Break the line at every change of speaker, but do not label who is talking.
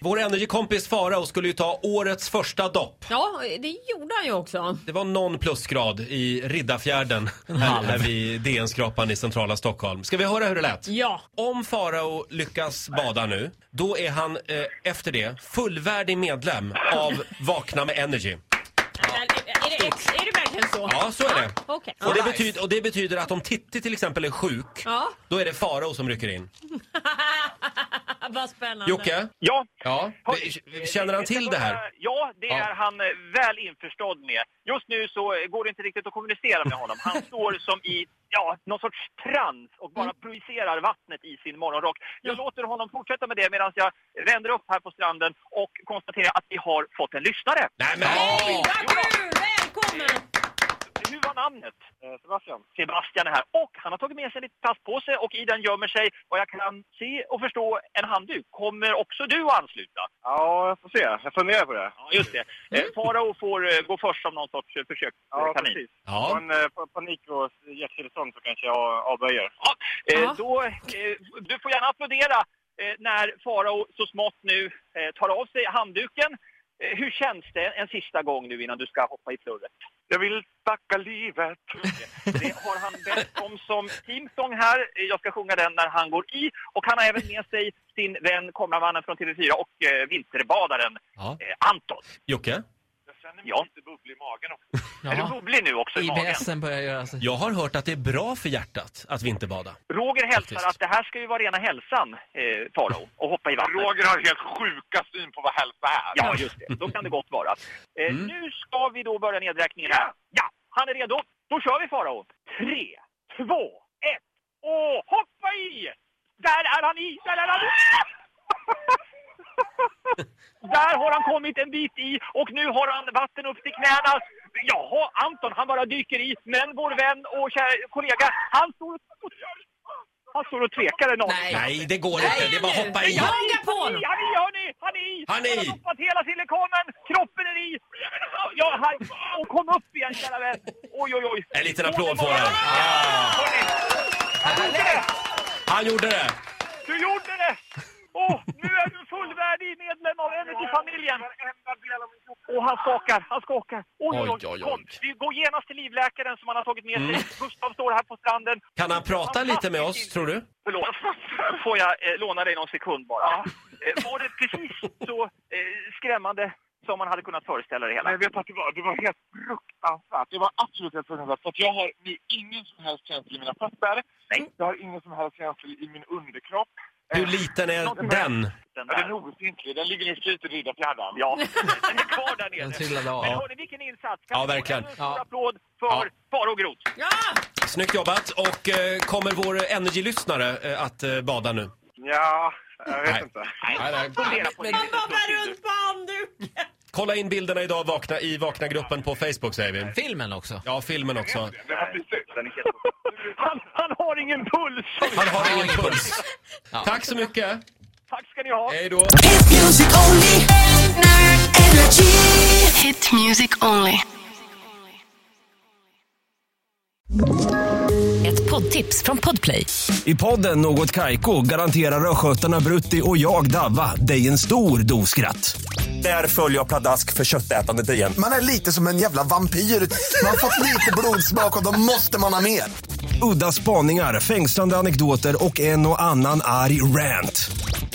Vår energikompis Farao skulle ju ta årets första dopp.
Ja, det gjorde han ju också.
Det var någon plusgrad i Riddarfjärden här, här vid DN-skrapan i centrala Stockholm. Ska vi höra hur det lät?
Ja.
Om Farao lyckas bada nu, då är han eh, efter det fullvärdig medlem av Vakna med Energy.
Är, är, det, ex- är det verkligen så?
Ja, så är det.
Okej.
Och det, betyder, och det betyder att om Titti till exempel är sjuk,
Ja.
då är det Farao som rycker in.
Vad spännande.
Jocke?
Ja. Eh,
Ja. vi- Känner han till det här?
Ja, det
Ja.
är han eh, väl införstådd med. Just nu så eh, går det inte riktigt att kommunicera med honom. Han står som i ja, någon sorts trans och
Mm.
bara projicerar vattnet i sin morgonrock. Jag låter honom fortsätta med det medan jag vänder upp här på stranden och konstaterar att vi har fått en lyssnare.
Nej, men...
Hej, vad kul! Välkommen!
Hur var namnet? Sebastian. Sebastian är här. Och han har tagit med sig en liten plastpåse och i den gömmer sig, vad jag kan se och förstå, en handduk. Kommer också du att ansluta?
Ja, jag får se. Jag funderar på det.
Ja, just det. Eh, Farao får eh, gå först som någon sorts eh, försökskanin.
Ja, precis. Om
Ja.
man eh, får panik och hjärtstillestånd så kanske jag avböjer.
Ja, eh,
Ja.
då, eh, du får gärna applådera eh, när Farao så smått nu eh, tar av sig handduken. Eh, hur känns det en sista gång nu innan du ska hoppa i plurret?
Jag vill tacka livet.
Det har han bett om som teamsång här. Eh, Jag ska sjunga den när han går i. Och han har även med sig sin vän kameramannen från TV4 och eh, vinterbadaren
ja.
eh, Anton.
Jocke?
Jag känner
mig Ja.
lite bubblig i magen också.
Är du bubblig nu också i magen?
IBSen börjar göra sig.
Jag har hört att det är bra för hjärtat att vinterbada.
Roger hälsar
Faktiskt.
att det här ska ju vara rena hälsan, eh, Farao, och hoppa i vattnet.
Roger har helt sjuka syn på vad hälsa är.
Ja, just det. Då kan det gott vara. Eh, Nu ska vi då börja nedräkningen här. Ja, han är redo. Då kör vi Farao. Tre, två, ett och hoppa i! Där är han i! Där är han i! Där har han kommit en bit i och nu har han vatten upp till knäna. Jaha, Anton han bara dyker i. Men vår vän och kära kollega, han står och, han står och tvekar en aning.
Nej, det går inte. Det är bara att hoppa i.
Jag hänger på
Han är i,
honom!
han är i, hörni! Han är
Han
i!
är i.
har doppat hela silikonen, kroppen är i! Ja, han, och kom upp igen kära vän! Oj, oj, oj!
En liten applåd får han. Ja.
Hörni, han gjorde det!
Han gjorde det!
Du gjorde det! Åh, nu är du fullvärdig medlem av Energy-familjen! Och han skakar, han skakar. Oj, oj, oj. Kom, vi går genast till livläkaren som han har tagit med sig. Gustav står här på stranden.
Mm. Kan han prata lite med oss, tror du?
Förlåt, får jag eh, låna dig någon sekund bara? Eh, var det precis så eh, skrämmande som man hade kunnat föreställa det hela?
Men jag vet att det var, det var helt fruktansvärt. Det var absolut helt fruktansvärt. För att jag har nu ingen som helst känsla i mina fötter.
Nej.
Jag har ingen som helst känsla i min underkropp.
Hur liten är den?
Den
Ja, den
där.
är obefintlig. Den ligger nu och flyter i Riddarfjärden.
Ja, den är kvar där
Den
nere.
trillade av.
Men hörni, vilken insats! Kan
Ja,
vi få
verkligen.
En stor
Ja.
applåd för
Ja.
Faro Groth.
Ja!
Snyggt jobbat. Och eh, kommer vår Energy-lyssnare eh, att eh, bada nu?
Ja, jag vet
Nej.
inte.
Fundera på det.
Han bobblar runt på handduken!
Kolla in bilderna idag vakna, i Vakna-gruppen på Facebook, säger vi.
Filmen också.
Ja, filmen också.
Han, han har ingen puls!
Han har ingen puls.
Ja.
Tack så mycket.
Tack ska ni ha!
Hej då.
Hit music only. Energy.
Hit music only.
Ett poddtips från Podplay.
I podden Något Kaiko garanterar östgötarna Brutti och jag, Davva, dig en stor dos skratt. Där följer jag pladask för köttätandet igen.
Man är lite som en jävla vampyr. Man har fått lite blodsmak och då måste man ha mer.
Udda spaningar, fängslande anekdoter och en och annan arg rant.